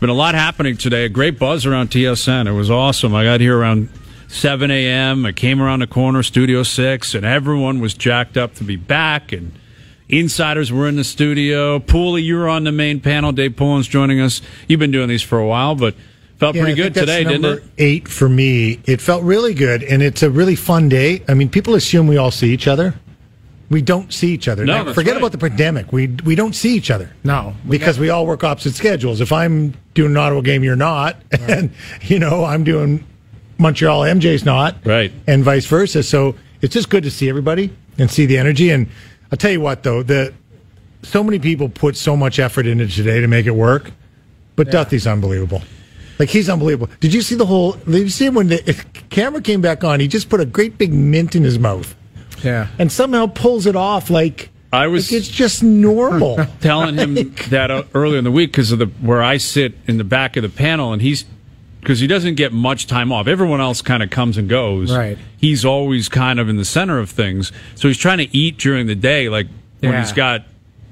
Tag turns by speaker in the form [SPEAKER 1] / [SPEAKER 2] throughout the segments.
[SPEAKER 1] Been a lot happening today. A great buzz around TSN. It was awesome. I got here around 7 a.m. I came around the corner, Studio 6, and everyone was jacked up to be back. And insiders were in the studio. Pooley, you're on the main panel. Dave Pullen's joining us. You've been doing these for a while, but felt
[SPEAKER 2] Yeah,
[SPEAKER 1] pretty
[SPEAKER 2] I
[SPEAKER 1] good
[SPEAKER 2] think that's
[SPEAKER 1] today, didn't
[SPEAKER 2] number
[SPEAKER 1] it?
[SPEAKER 2] Eight for me. It felt really good, and it's a really fun day. I mean, people assume we all see each other. We don't see each other.
[SPEAKER 1] No,
[SPEAKER 2] Like,
[SPEAKER 1] that's
[SPEAKER 2] forget
[SPEAKER 1] right.
[SPEAKER 2] about the pandemic. We we don't see each other.
[SPEAKER 3] No, we
[SPEAKER 2] because we all work opposite schedules. If I'm doing an Ottawa game, you're not, and you know I'm doing Montreal. MJ's not,
[SPEAKER 1] Right.
[SPEAKER 2] and vice versa. So it's just good to see everybody and see the energy. And I'll tell you what, though, the so many people put so much effort into today to make it work, but Duthie's unbelievable. Like he's unbelievable. Did you see the whole? Did you see when the camera came back on? He just put a great big mint in his mouth,
[SPEAKER 3] Yeah.
[SPEAKER 2] and somehow pulls it off. Like
[SPEAKER 1] I was-
[SPEAKER 2] like it's just normal.
[SPEAKER 1] telling him that uh, earlier in the week because of the where I sit in the back of the panel, and he's because he doesn't get much time off. Everyone else kind of comes and goes.
[SPEAKER 3] Right.
[SPEAKER 1] He's always kind of in the center of things, so he's trying to eat during the day, like when
[SPEAKER 3] Yeah.
[SPEAKER 1] he's got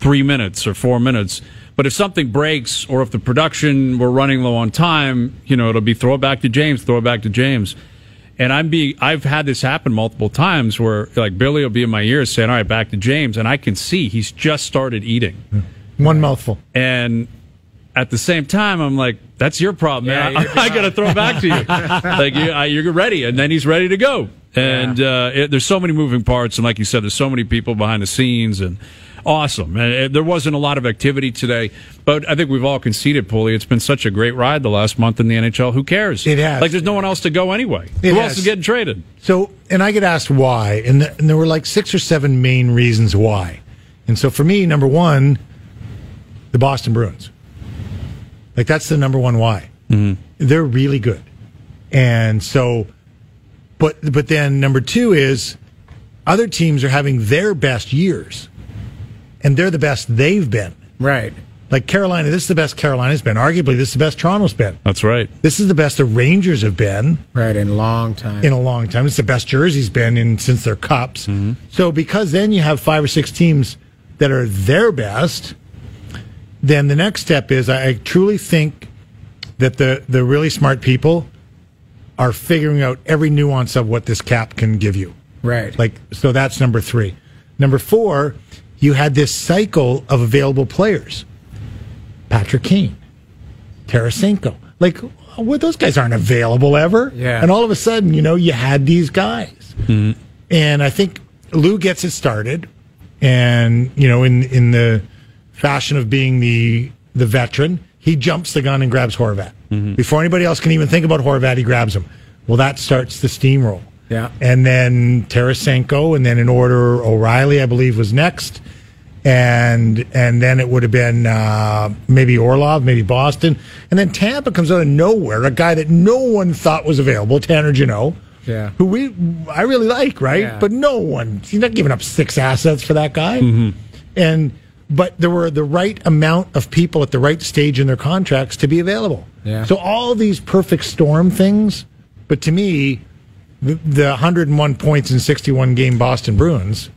[SPEAKER 1] three minutes or four minutes. But if something breaks, or if the production we're running low on time, you know, it'll be throw it back to James, throw it back to James. And I'm being, I've had this happen multiple times where like Billy will be in my ear saying, all right, back to James. And I can see he's just started eating.
[SPEAKER 2] One mouthful.
[SPEAKER 1] And at the same time, I'm like, that's your problem, man.
[SPEAKER 3] Yeah, you're-
[SPEAKER 1] I, got to throw it back to you. like, you, I, you're ready. And then he's ready to go. And uh, it, there's so many moving parts. And like you said, there's so many people behind the scenes and awesome. And uh, there wasn't a lot of activity today, but I think we've all conceded, Pulley. It's been such a great ride the last month in the NHL. Who cares?
[SPEAKER 2] It has.
[SPEAKER 1] Like, there's no one else to go anyway.
[SPEAKER 2] It
[SPEAKER 1] Who
[SPEAKER 2] has.
[SPEAKER 1] else is getting traded?
[SPEAKER 2] So, and I get asked why, and, th- and there were like six or seven main reasons why. And so for me, number one, the Boston Bruins. Like that's the number one why. They're really good, and so, but but then number two is other teams are having their best years, and they're the best they've been.
[SPEAKER 3] Right.
[SPEAKER 2] Like Carolina, this is the best Carolina's been. Arguably, this is the best Toronto's been.
[SPEAKER 1] That's right.
[SPEAKER 2] This is the best the Rangers have been
[SPEAKER 3] Right. In long time.
[SPEAKER 2] in a long time. It's the best jersey's been in since their cups. So because then you have five or six teams that are their best, then the next step is I, I truly think that the the really smart people are figuring out every nuance of what this cap can give you.
[SPEAKER 3] right.
[SPEAKER 2] Like so that's number 3. Number 4, you had this cycle of available players. Patrick Kane, Tarasenko. Like well, those guys aren't available ever.
[SPEAKER 3] Yeah.
[SPEAKER 2] And all of a sudden, you know, you had these guys. And I think Lou gets it started and, you know, in in the fashion of being the the veteran, he jumps the gun and grabs Horvat.
[SPEAKER 3] Mm-hmm.
[SPEAKER 2] Before anybody else can even think about Horvat, he grabs him. Well, that starts the steamroll
[SPEAKER 3] Yeah.
[SPEAKER 2] and then Tarasenko, and then in order O'Reilly, I believe, was next, and and then it would have been uh, maybe Orlov, maybe Boston, and then Tampa comes out of nowhere, a guy that no one thought was available, Tanner Janot,
[SPEAKER 3] Yeah.
[SPEAKER 2] who we I really like, right?
[SPEAKER 3] Yeah.
[SPEAKER 2] But no one, he's not giving up six assets for that guy,
[SPEAKER 3] Mm-hmm.
[SPEAKER 2] and but there were the right amount of people at the right stage in their contracts to be available.
[SPEAKER 3] Yeah.
[SPEAKER 2] So all these perfect storm things, but to me, the, the 101 points in 61 game Boston Bruins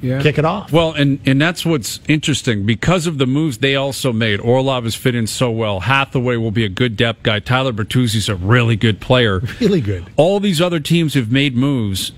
[SPEAKER 3] yeah.
[SPEAKER 2] kick it off.
[SPEAKER 1] Well, and and that's what's interesting because of the moves they also made. Orlov has fit in so well. Hathaway will be a good depth guy. Tyler Bertuzzi's a really good player.
[SPEAKER 2] Really good.
[SPEAKER 1] All these other teams have made moves.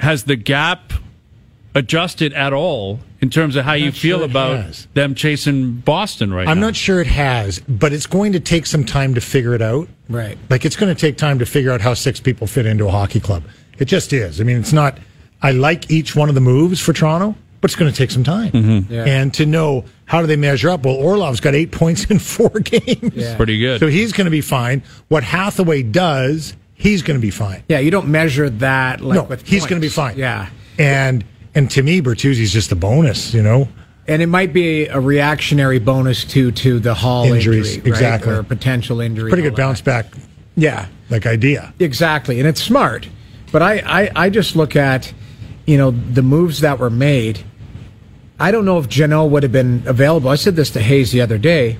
[SPEAKER 1] Has the gap adjusted at all in terms of how you
[SPEAKER 2] not
[SPEAKER 1] feel
[SPEAKER 2] sure it
[SPEAKER 1] about
[SPEAKER 2] has.
[SPEAKER 1] them chasing Boston right
[SPEAKER 2] I'm
[SPEAKER 1] now?
[SPEAKER 2] not sure it has, but it's going to take some time to figure it out.
[SPEAKER 3] Right.
[SPEAKER 2] Like it's going to take time to figure out how six people fit into a hockey club. It just is. I mean, it's not. I like each one of the moves for Toronto, but it's going to take some time.
[SPEAKER 3] Yeah.
[SPEAKER 2] And to know how do they measure up? Well, Orlov's got eight points in four games.
[SPEAKER 3] Yeah.
[SPEAKER 1] Pretty good.
[SPEAKER 2] So he's going to be fine. What Hathaway does, he's going to be fine.
[SPEAKER 3] Yeah. You don't measure that. Like,
[SPEAKER 2] no,
[SPEAKER 3] with
[SPEAKER 2] he's going to be
[SPEAKER 3] points.
[SPEAKER 2] fine.
[SPEAKER 3] Yeah.
[SPEAKER 2] And and to me, Bertuzzi's just a bonus. You know,
[SPEAKER 3] And it might be a reactionary bonus to to the Hall
[SPEAKER 2] Injuries,
[SPEAKER 3] injury, right?
[SPEAKER 2] exactly.
[SPEAKER 3] or a potential injury.
[SPEAKER 2] pretty
[SPEAKER 3] and
[SPEAKER 2] good
[SPEAKER 3] all
[SPEAKER 2] bounce
[SPEAKER 3] that.
[SPEAKER 2] back
[SPEAKER 3] Yeah.
[SPEAKER 2] like idea.
[SPEAKER 3] Exactly, and it's smart. But I, I, I just look at, you know, the moves that were made. I don't know if Janot would have been available. I said this to Hayes the other day,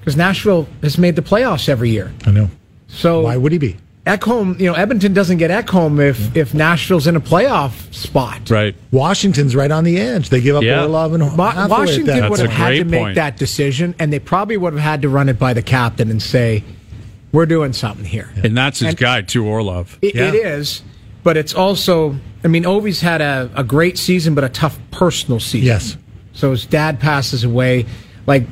[SPEAKER 3] because Nashville has made the playoffs every year.
[SPEAKER 2] I know.
[SPEAKER 3] So
[SPEAKER 2] Why would he be?
[SPEAKER 3] Ekholm, you know, Edmonton doesn't get Ekholm if if Nashville's in a playoff spot.
[SPEAKER 1] Mm. Right.
[SPEAKER 2] Washington's right on the edge. They give up
[SPEAKER 1] Yeah.
[SPEAKER 2] Orlov and
[SPEAKER 3] Wa-
[SPEAKER 2] Hathaway at that
[SPEAKER 3] Washington
[SPEAKER 2] point.
[SPEAKER 3] would have
[SPEAKER 1] That's a
[SPEAKER 3] had to
[SPEAKER 1] great
[SPEAKER 3] make
[SPEAKER 1] point.
[SPEAKER 3] that decision, and they probably would have had to run it by the captain and say, "We're doing something here."
[SPEAKER 1] And that's his
[SPEAKER 3] And-
[SPEAKER 1] guy, too, Orlov.
[SPEAKER 3] It, it
[SPEAKER 2] Yeah.
[SPEAKER 3] is, but it's also. I mean, Ovi's had a, a great season, but a tough personal season.
[SPEAKER 2] Yes.
[SPEAKER 3] So his dad passes away. Like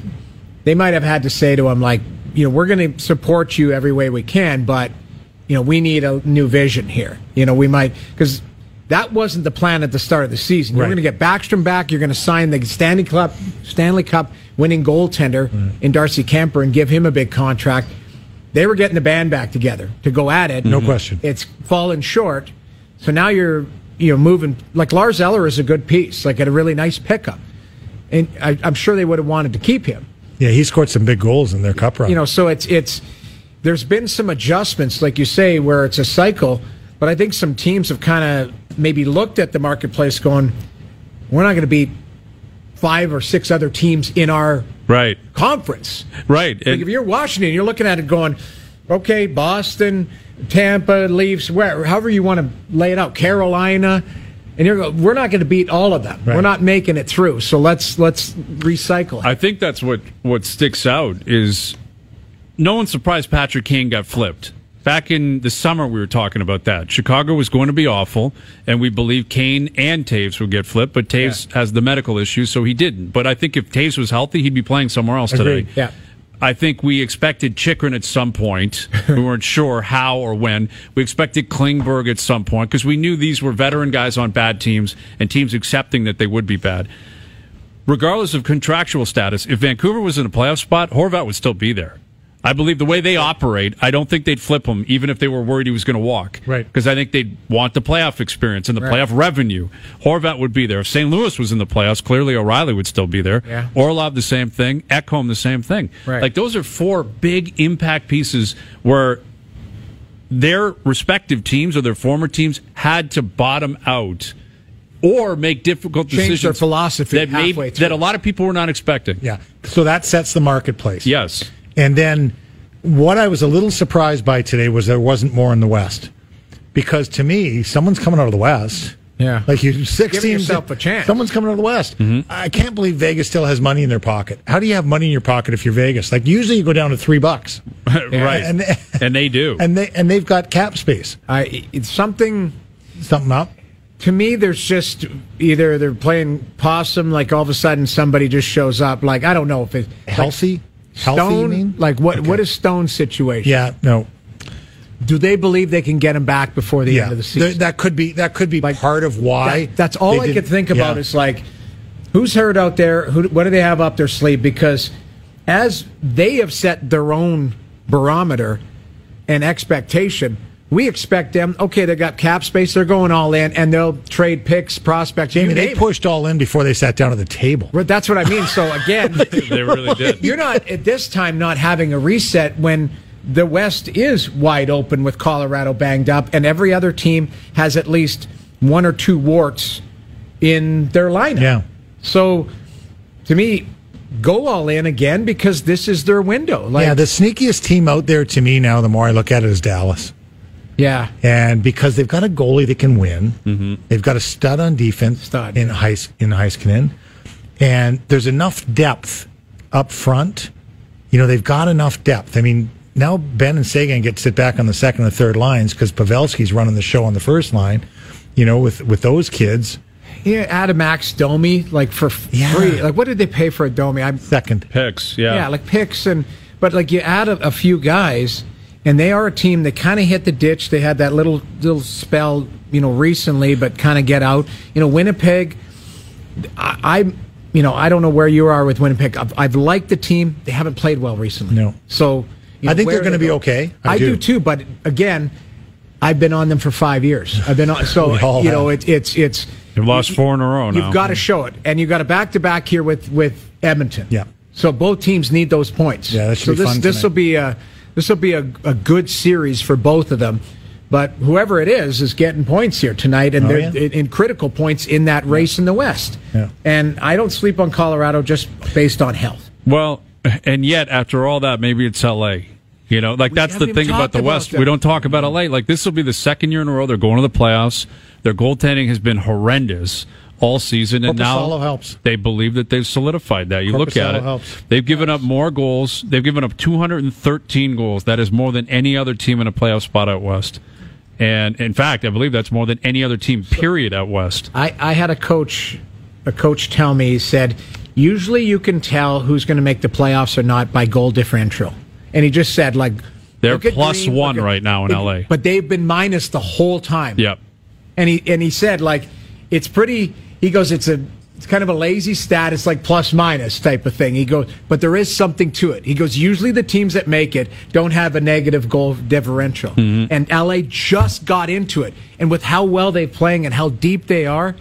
[SPEAKER 3] they might have had to say to him, like, you know, we're going to support you every way we can, but you know, we need a new vision here. You know, we might because that wasn't the plan at the start of the season. You're
[SPEAKER 2] Right.
[SPEAKER 3] going to get Backstrom back. You're going to sign the Stanley Cup Stanley Cup winning goaltender in Darcy Kemper and give him a big contract. They were getting the band back together to go at it. Mm-hmm.
[SPEAKER 2] No Mhm. question.
[SPEAKER 3] It's fallen short. So now you're you know moving like Lars Eller is a good piece, like at a really nice pickup, and I, I'm sure they would have wanted to keep him.
[SPEAKER 2] Yeah, he scored some big goals in their cup run.
[SPEAKER 3] You know, so it's it's there's been some adjustments, like you say, where it's a cycle. But I think some teams have kind of maybe looked at the marketplace, going, "We're not going to beat five or six other teams in our
[SPEAKER 1] Right.
[SPEAKER 3] conference."
[SPEAKER 1] Right.
[SPEAKER 3] Like if
[SPEAKER 1] And,
[SPEAKER 3] you're Washington, you're looking at it going, okay, Boston, Tampa, Leafs, where, however you want to lay it out, Carolina, and you're going, we're not going to beat all of them. We're
[SPEAKER 2] Right.
[SPEAKER 3] not making it through. So let's let's recycle.
[SPEAKER 1] I
[SPEAKER 3] It.
[SPEAKER 1] think that's what, what sticks out is no one's surprised Patrick Kane got flipped. Back in the summer, we were talking about that. Chicago was going to be awful, and we believed Kane and Taves would get flipped, but Taves has the medical issue, so he didn't. But I think if Taves was healthy, he'd be playing somewhere else
[SPEAKER 2] Agreed.
[SPEAKER 1] today.
[SPEAKER 3] Yeah.
[SPEAKER 1] I think we expected Chikrin at some point. we weren't sure how or when. We expected Klingberg at some point because we knew these were veteran guys on bad teams and teams accepting that they would be bad. Regardless of contractual status, if Vancouver was in a playoff spot, Horvat would still be there. I believe the way they operate, I don't think they'd flip him, even if they were worried he was going to walk.
[SPEAKER 2] Right.
[SPEAKER 1] Because I think they'd want the playoff experience and the
[SPEAKER 3] Right.
[SPEAKER 1] playoff revenue. Horvat would be there. If St. Louis was in the playoffs, clearly O'Reilly would still be there.
[SPEAKER 3] Yeah.
[SPEAKER 1] Orlov the same thing, Ekholm the same thing.
[SPEAKER 3] Right.
[SPEAKER 1] Like those are four big impact pieces where their respective teams or their former teams had to bottom out or make difficult
[SPEAKER 3] Change their
[SPEAKER 1] decisions
[SPEAKER 3] philosophy
[SPEAKER 1] that may-
[SPEAKER 3] halfway through.
[SPEAKER 1] that a lot of people were not expecting.
[SPEAKER 2] yeah. So that sets the marketplace.
[SPEAKER 1] Yes.
[SPEAKER 2] And then what I was a little surprised by today was there wasn't more in the West. Because to me, someone's coming out of the West.
[SPEAKER 3] Yeah.
[SPEAKER 2] Like you six
[SPEAKER 3] Giving
[SPEAKER 2] teams-
[SPEAKER 3] yourself a chance.
[SPEAKER 2] Someone's coming out of the West. I can't believe Vegas still has money in their pocket. How do you have money in your pocket if you're Vegas? Like usually you go down to three bucks.
[SPEAKER 1] right.
[SPEAKER 2] And,
[SPEAKER 1] And, they do.
[SPEAKER 2] and they and they've got cap space.
[SPEAKER 3] I, it's something
[SPEAKER 2] Something up.
[SPEAKER 3] to me. There's just either they're playing possum, like all of a sudden somebody just shows up. Like I don't know if it's
[SPEAKER 2] Healthy.
[SPEAKER 3] Like,
[SPEAKER 2] Healthy, you
[SPEAKER 3] Stone,
[SPEAKER 2] mean?
[SPEAKER 3] like what?
[SPEAKER 2] Okay.
[SPEAKER 3] What is Stone's situation?
[SPEAKER 2] Yeah, no.
[SPEAKER 3] Do they believe they can get him back before the
[SPEAKER 2] Yeah.
[SPEAKER 3] end of the season?
[SPEAKER 2] There- that could be that could be part of why.
[SPEAKER 3] That- that's all
[SPEAKER 2] they
[SPEAKER 3] I
[SPEAKER 2] didn't-
[SPEAKER 3] could think about
[SPEAKER 2] yeah.
[SPEAKER 3] is like, who's hurt out there? Who, what do they have up their sleeve? Because as they have set their own barometer and expectation, we expect them. Okay, they got cap space. They're going all in, and they'll trade picks, prospects.
[SPEAKER 2] Jamie,
[SPEAKER 3] you
[SPEAKER 2] they
[SPEAKER 3] name it.
[SPEAKER 2] pushed all in before they sat down at the table.
[SPEAKER 3] But that's what I mean. So again,
[SPEAKER 1] they really did.
[SPEAKER 3] you're not at this time not having a reset when the West is wide open with Colorado banged up, and every other team has at least one or two warts in their lineup.
[SPEAKER 2] Yeah.
[SPEAKER 3] So, to me, go all in again because this is their window. Like,
[SPEAKER 2] yeah, the sneakiest team out there to me now, the more I look at it, is Dallas.
[SPEAKER 3] yeah,
[SPEAKER 2] And because they've got a goalie that can win, they've got a stud on defense
[SPEAKER 3] Stud.
[SPEAKER 2] in Heis, in Heiskanen, and there's enough depth up front. You know, they've got enough depth. I mean, now Ben and Sagan get to sit back on the second and third lines because Pavelski's running the show on the first line. You know, with with those kids,
[SPEAKER 3] yeah. Add a Max Domi like for f-
[SPEAKER 2] Yeah.
[SPEAKER 3] free. Like, what did they pay for a Domi? I'm
[SPEAKER 2] second.
[SPEAKER 1] Picks, yeah.
[SPEAKER 3] Yeah, like picks and but like you add a, a few guys, and they are a team that kind of hit the ditch. They had that little little spell, you know, recently, but kind of get out. You know, Winnipeg. I, I'm, you know, I don't know where you are with Winnipeg. I've, I've liked the team. They haven't played well recently.
[SPEAKER 2] No.
[SPEAKER 3] so you
[SPEAKER 2] I
[SPEAKER 3] know,
[SPEAKER 2] think
[SPEAKER 3] where
[SPEAKER 2] they're gonna
[SPEAKER 3] they
[SPEAKER 2] be
[SPEAKER 3] go.
[SPEAKER 2] okay. I
[SPEAKER 3] I, do.
[SPEAKER 2] do.
[SPEAKER 3] too, but again. I've been on them for five years. I've been on, so
[SPEAKER 2] We all
[SPEAKER 3] you know
[SPEAKER 2] have.
[SPEAKER 3] it, it's it's
[SPEAKER 1] They've lost four in a row now.
[SPEAKER 3] You've got to show it, and you got a back to back here with with Edmonton.
[SPEAKER 2] Yeah.
[SPEAKER 3] So both teams need those points.
[SPEAKER 2] Yeah, that should
[SPEAKER 3] so
[SPEAKER 2] be
[SPEAKER 3] this
[SPEAKER 2] fun
[SPEAKER 3] this
[SPEAKER 2] tonight.
[SPEAKER 3] will be a this will be a, a good series for both of them. But whoever it is is getting points here tonight, and
[SPEAKER 2] Oh,
[SPEAKER 3] they're
[SPEAKER 2] yeah.
[SPEAKER 3] in, in critical points in that race in the West.
[SPEAKER 2] Yeah.
[SPEAKER 3] And I don't sleep on Colorado just based on health.
[SPEAKER 1] Well, and yet, after all that, maybe it's LA. You know, like
[SPEAKER 3] We
[SPEAKER 1] that's the
[SPEAKER 3] haven't
[SPEAKER 1] thing
[SPEAKER 3] even
[SPEAKER 1] about
[SPEAKER 3] talked
[SPEAKER 1] the
[SPEAKER 3] about
[SPEAKER 1] West.
[SPEAKER 3] that.
[SPEAKER 1] We don't talk about LA. Like this will be the second year in a row they're going to the playoffs. Their goaltending has been horrendous all season, and now
[SPEAKER 2] Corpusalo helps.
[SPEAKER 1] they believe that they've solidified that. You look at
[SPEAKER 2] Corpusalo
[SPEAKER 1] it;
[SPEAKER 2] helps.
[SPEAKER 1] they've given up more goals. They've given up 213 goals. That is more than any other team in a playoff spot out west. And in fact, I believe that's more than any other team. Period out west.
[SPEAKER 3] I, I had a coach a coach tell me he said usually you can tell who's going to make the playoffs or not by goal differential and he just said like
[SPEAKER 1] They're
[SPEAKER 3] look at
[SPEAKER 1] plus
[SPEAKER 3] Green,
[SPEAKER 1] one
[SPEAKER 3] look at-
[SPEAKER 1] right now in LA.
[SPEAKER 3] but they've been minus the whole time
[SPEAKER 1] Yep.
[SPEAKER 3] and he and he said like it's pretty he goes it's a it's kind of a lazy stat it's like plus minus type of thing he goes but there is something to it he goes usually the teams that make it don't have a negative goal differential
[SPEAKER 2] Mm-hmm.
[SPEAKER 3] and la just got into it and with how well they're playing and how deep they are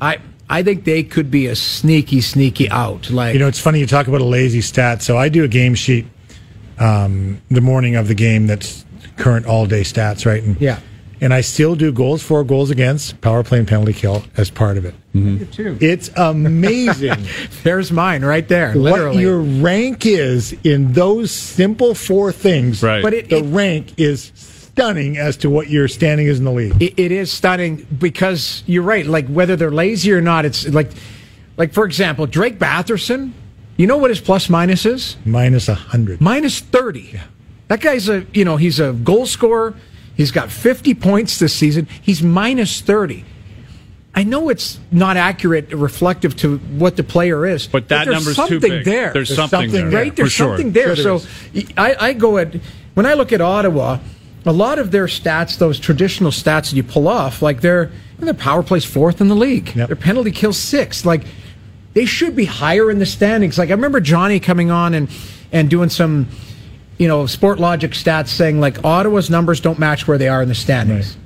[SPEAKER 3] i i think they could be a sneaky sneaky out like
[SPEAKER 2] You know, it's funny you talk about a lazy stat. So I do a game sheet um, the morning of the game that's current all day stats, right? And,
[SPEAKER 3] Yeah.
[SPEAKER 2] And I still do goals for, goals against, power play, and penalty kill as part of it.
[SPEAKER 3] Mm-hmm.
[SPEAKER 2] It's amazing
[SPEAKER 3] there's mine right there
[SPEAKER 2] what
[SPEAKER 3] literally
[SPEAKER 2] your rank is in those simple four things.
[SPEAKER 1] Right. But
[SPEAKER 3] it-
[SPEAKER 2] the
[SPEAKER 3] it-
[SPEAKER 2] rank is stunning as to what your standing is in the league.
[SPEAKER 3] it, it is stunning because you're right. Like whether they're lazy or not, it's like, like for example, Drake Batherson. You know what his plus minus is?
[SPEAKER 2] Minus 100.
[SPEAKER 3] Minus thirty. That guy's a you know he's a goal scorer. He's got fifty points this season. He's minus thirty. I know it's not accurate, reflective to what the player is,
[SPEAKER 1] But that
[SPEAKER 3] there's
[SPEAKER 1] number's
[SPEAKER 3] something
[SPEAKER 1] too big.
[SPEAKER 3] there
[SPEAKER 1] There's,
[SPEAKER 2] There's
[SPEAKER 1] something,
[SPEAKER 2] something
[SPEAKER 1] there.
[SPEAKER 2] there.
[SPEAKER 3] right? There's
[SPEAKER 1] for sure.
[SPEAKER 3] something there.
[SPEAKER 2] Sure there
[SPEAKER 3] so I, I go at when I look at Ottawa, a lot of their stats, those traditional stats that you pull off, like their their power plays fourth in the league,
[SPEAKER 2] Yep.
[SPEAKER 3] their penalty kills sixth. Like they should be higher in the standings. Like I remember Johnny coming on and and doing some you know sport logic stats saying like Ottawa's numbers don't match where they are in the standings.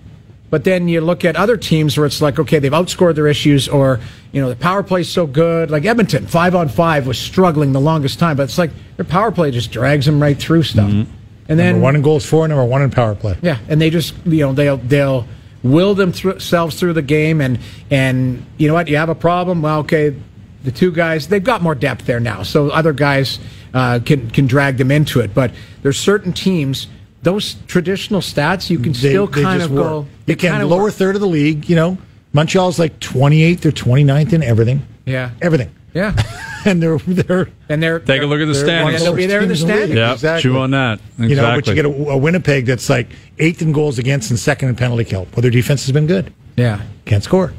[SPEAKER 3] But then you look at other teams where it's like, okay, they've outscored their issues, or you know, the power play's so good. Like Edmonton, five on five was struggling the longest time, but it's like their power play just drags them right through stuff. And then
[SPEAKER 2] Mm-hmm. Number one in goals for, number one in power play.
[SPEAKER 3] yeah, and they just you know they'll they'll will them thr- themselves through the game, and and you know what, you have a problem. Well, okay, the two guys they've got more depth there now, so other guys uh, can can drag them into it. But there's certain teams. Those traditional stats, you can
[SPEAKER 2] They-
[SPEAKER 3] still
[SPEAKER 2] they
[SPEAKER 3] kind
[SPEAKER 2] just
[SPEAKER 3] of
[SPEAKER 2] work.
[SPEAKER 3] go. they
[SPEAKER 2] You can
[SPEAKER 3] kinda
[SPEAKER 2] lower
[SPEAKER 3] work.
[SPEAKER 2] third of the league. You know, Montreal's like 28th or 29th in everything.
[SPEAKER 3] Yeah.
[SPEAKER 2] everything.
[SPEAKER 3] yeah.
[SPEAKER 2] and they're they're
[SPEAKER 3] and they're
[SPEAKER 1] Take a look at the
[SPEAKER 3] they're one of
[SPEAKER 1] standings.
[SPEAKER 3] they'll be there in the
[SPEAKER 2] Teams in the
[SPEAKER 3] standings.
[SPEAKER 2] league.
[SPEAKER 1] Yeah,
[SPEAKER 2] Exactly.
[SPEAKER 1] chew on that. Exactly.
[SPEAKER 2] you know, but you get a, a Winnipeg that's like eighth in goals against and second in penalty kill. Well, their defense has been good.
[SPEAKER 3] Yeah,
[SPEAKER 2] Can't score.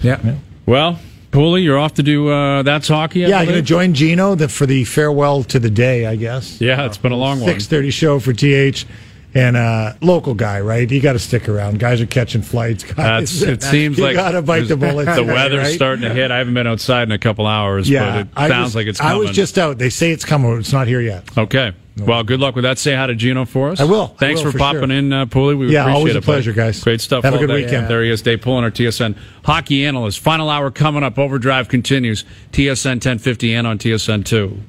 [SPEAKER 3] yeah.
[SPEAKER 1] Well, Pooley, you're off to do uh, that's hockey. I
[SPEAKER 2] Yeah, I'm going to
[SPEAKER 1] believe?
[SPEAKER 2] join Gino the, for the farewell to the day, I guess.
[SPEAKER 1] yeah, it's been a long one.
[SPEAKER 2] Six thirty show for TH, and uh, local guy, right? You got to stick around. Guys are catching flights. Guys,
[SPEAKER 1] That's. It seems
[SPEAKER 2] you
[SPEAKER 1] like
[SPEAKER 2] got to bite the bullet.
[SPEAKER 1] The
[SPEAKER 2] tonight,
[SPEAKER 1] weather's
[SPEAKER 2] right?
[SPEAKER 1] starting to hit. I haven't been outside in a couple hours,
[SPEAKER 2] Yeah,
[SPEAKER 1] but it
[SPEAKER 2] I
[SPEAKER 1] sounds
[SPEAKER 2] was-
[SPEAKER 1] like it's
[SPEAKER 2] I
[SPEAKER 1] coming.
[SPEAKER 2] was just out. They say it's coming. It's not here yet.
[SPEAKER 1] okay. Well, good luck with that. Say hi to Gino for us.
[SPEAKER 2] I will. I
[SPEAKER 1] Thanks for,
[SPEAKER 2] will, for
[SPEAKER 1] popping
[SPEAKER 2] sure.
[SPEAKER 1] in, uh, Pooley. We
[SPEAKER 2] Yeah,
[SPEAKER 1] appreciate
[SPEAKER 2] always a
[SPEAKER 1] it. buddy.
[SPEAKER 2] pleasure, guys.
[SPEAKER 1] Great stuff.
[SPEAKER 2] Have a
[SPEAKER 1] all
[SPEAKER 2] good
[SPEAKER 1] day.
[SPEAKER 2] weekend.
[SPEAKER 1] There he is, Dave Pullen, our TSN hockey analyst. Final hour coming up. Overdrive continues. TSN 1050 and on TSN 2.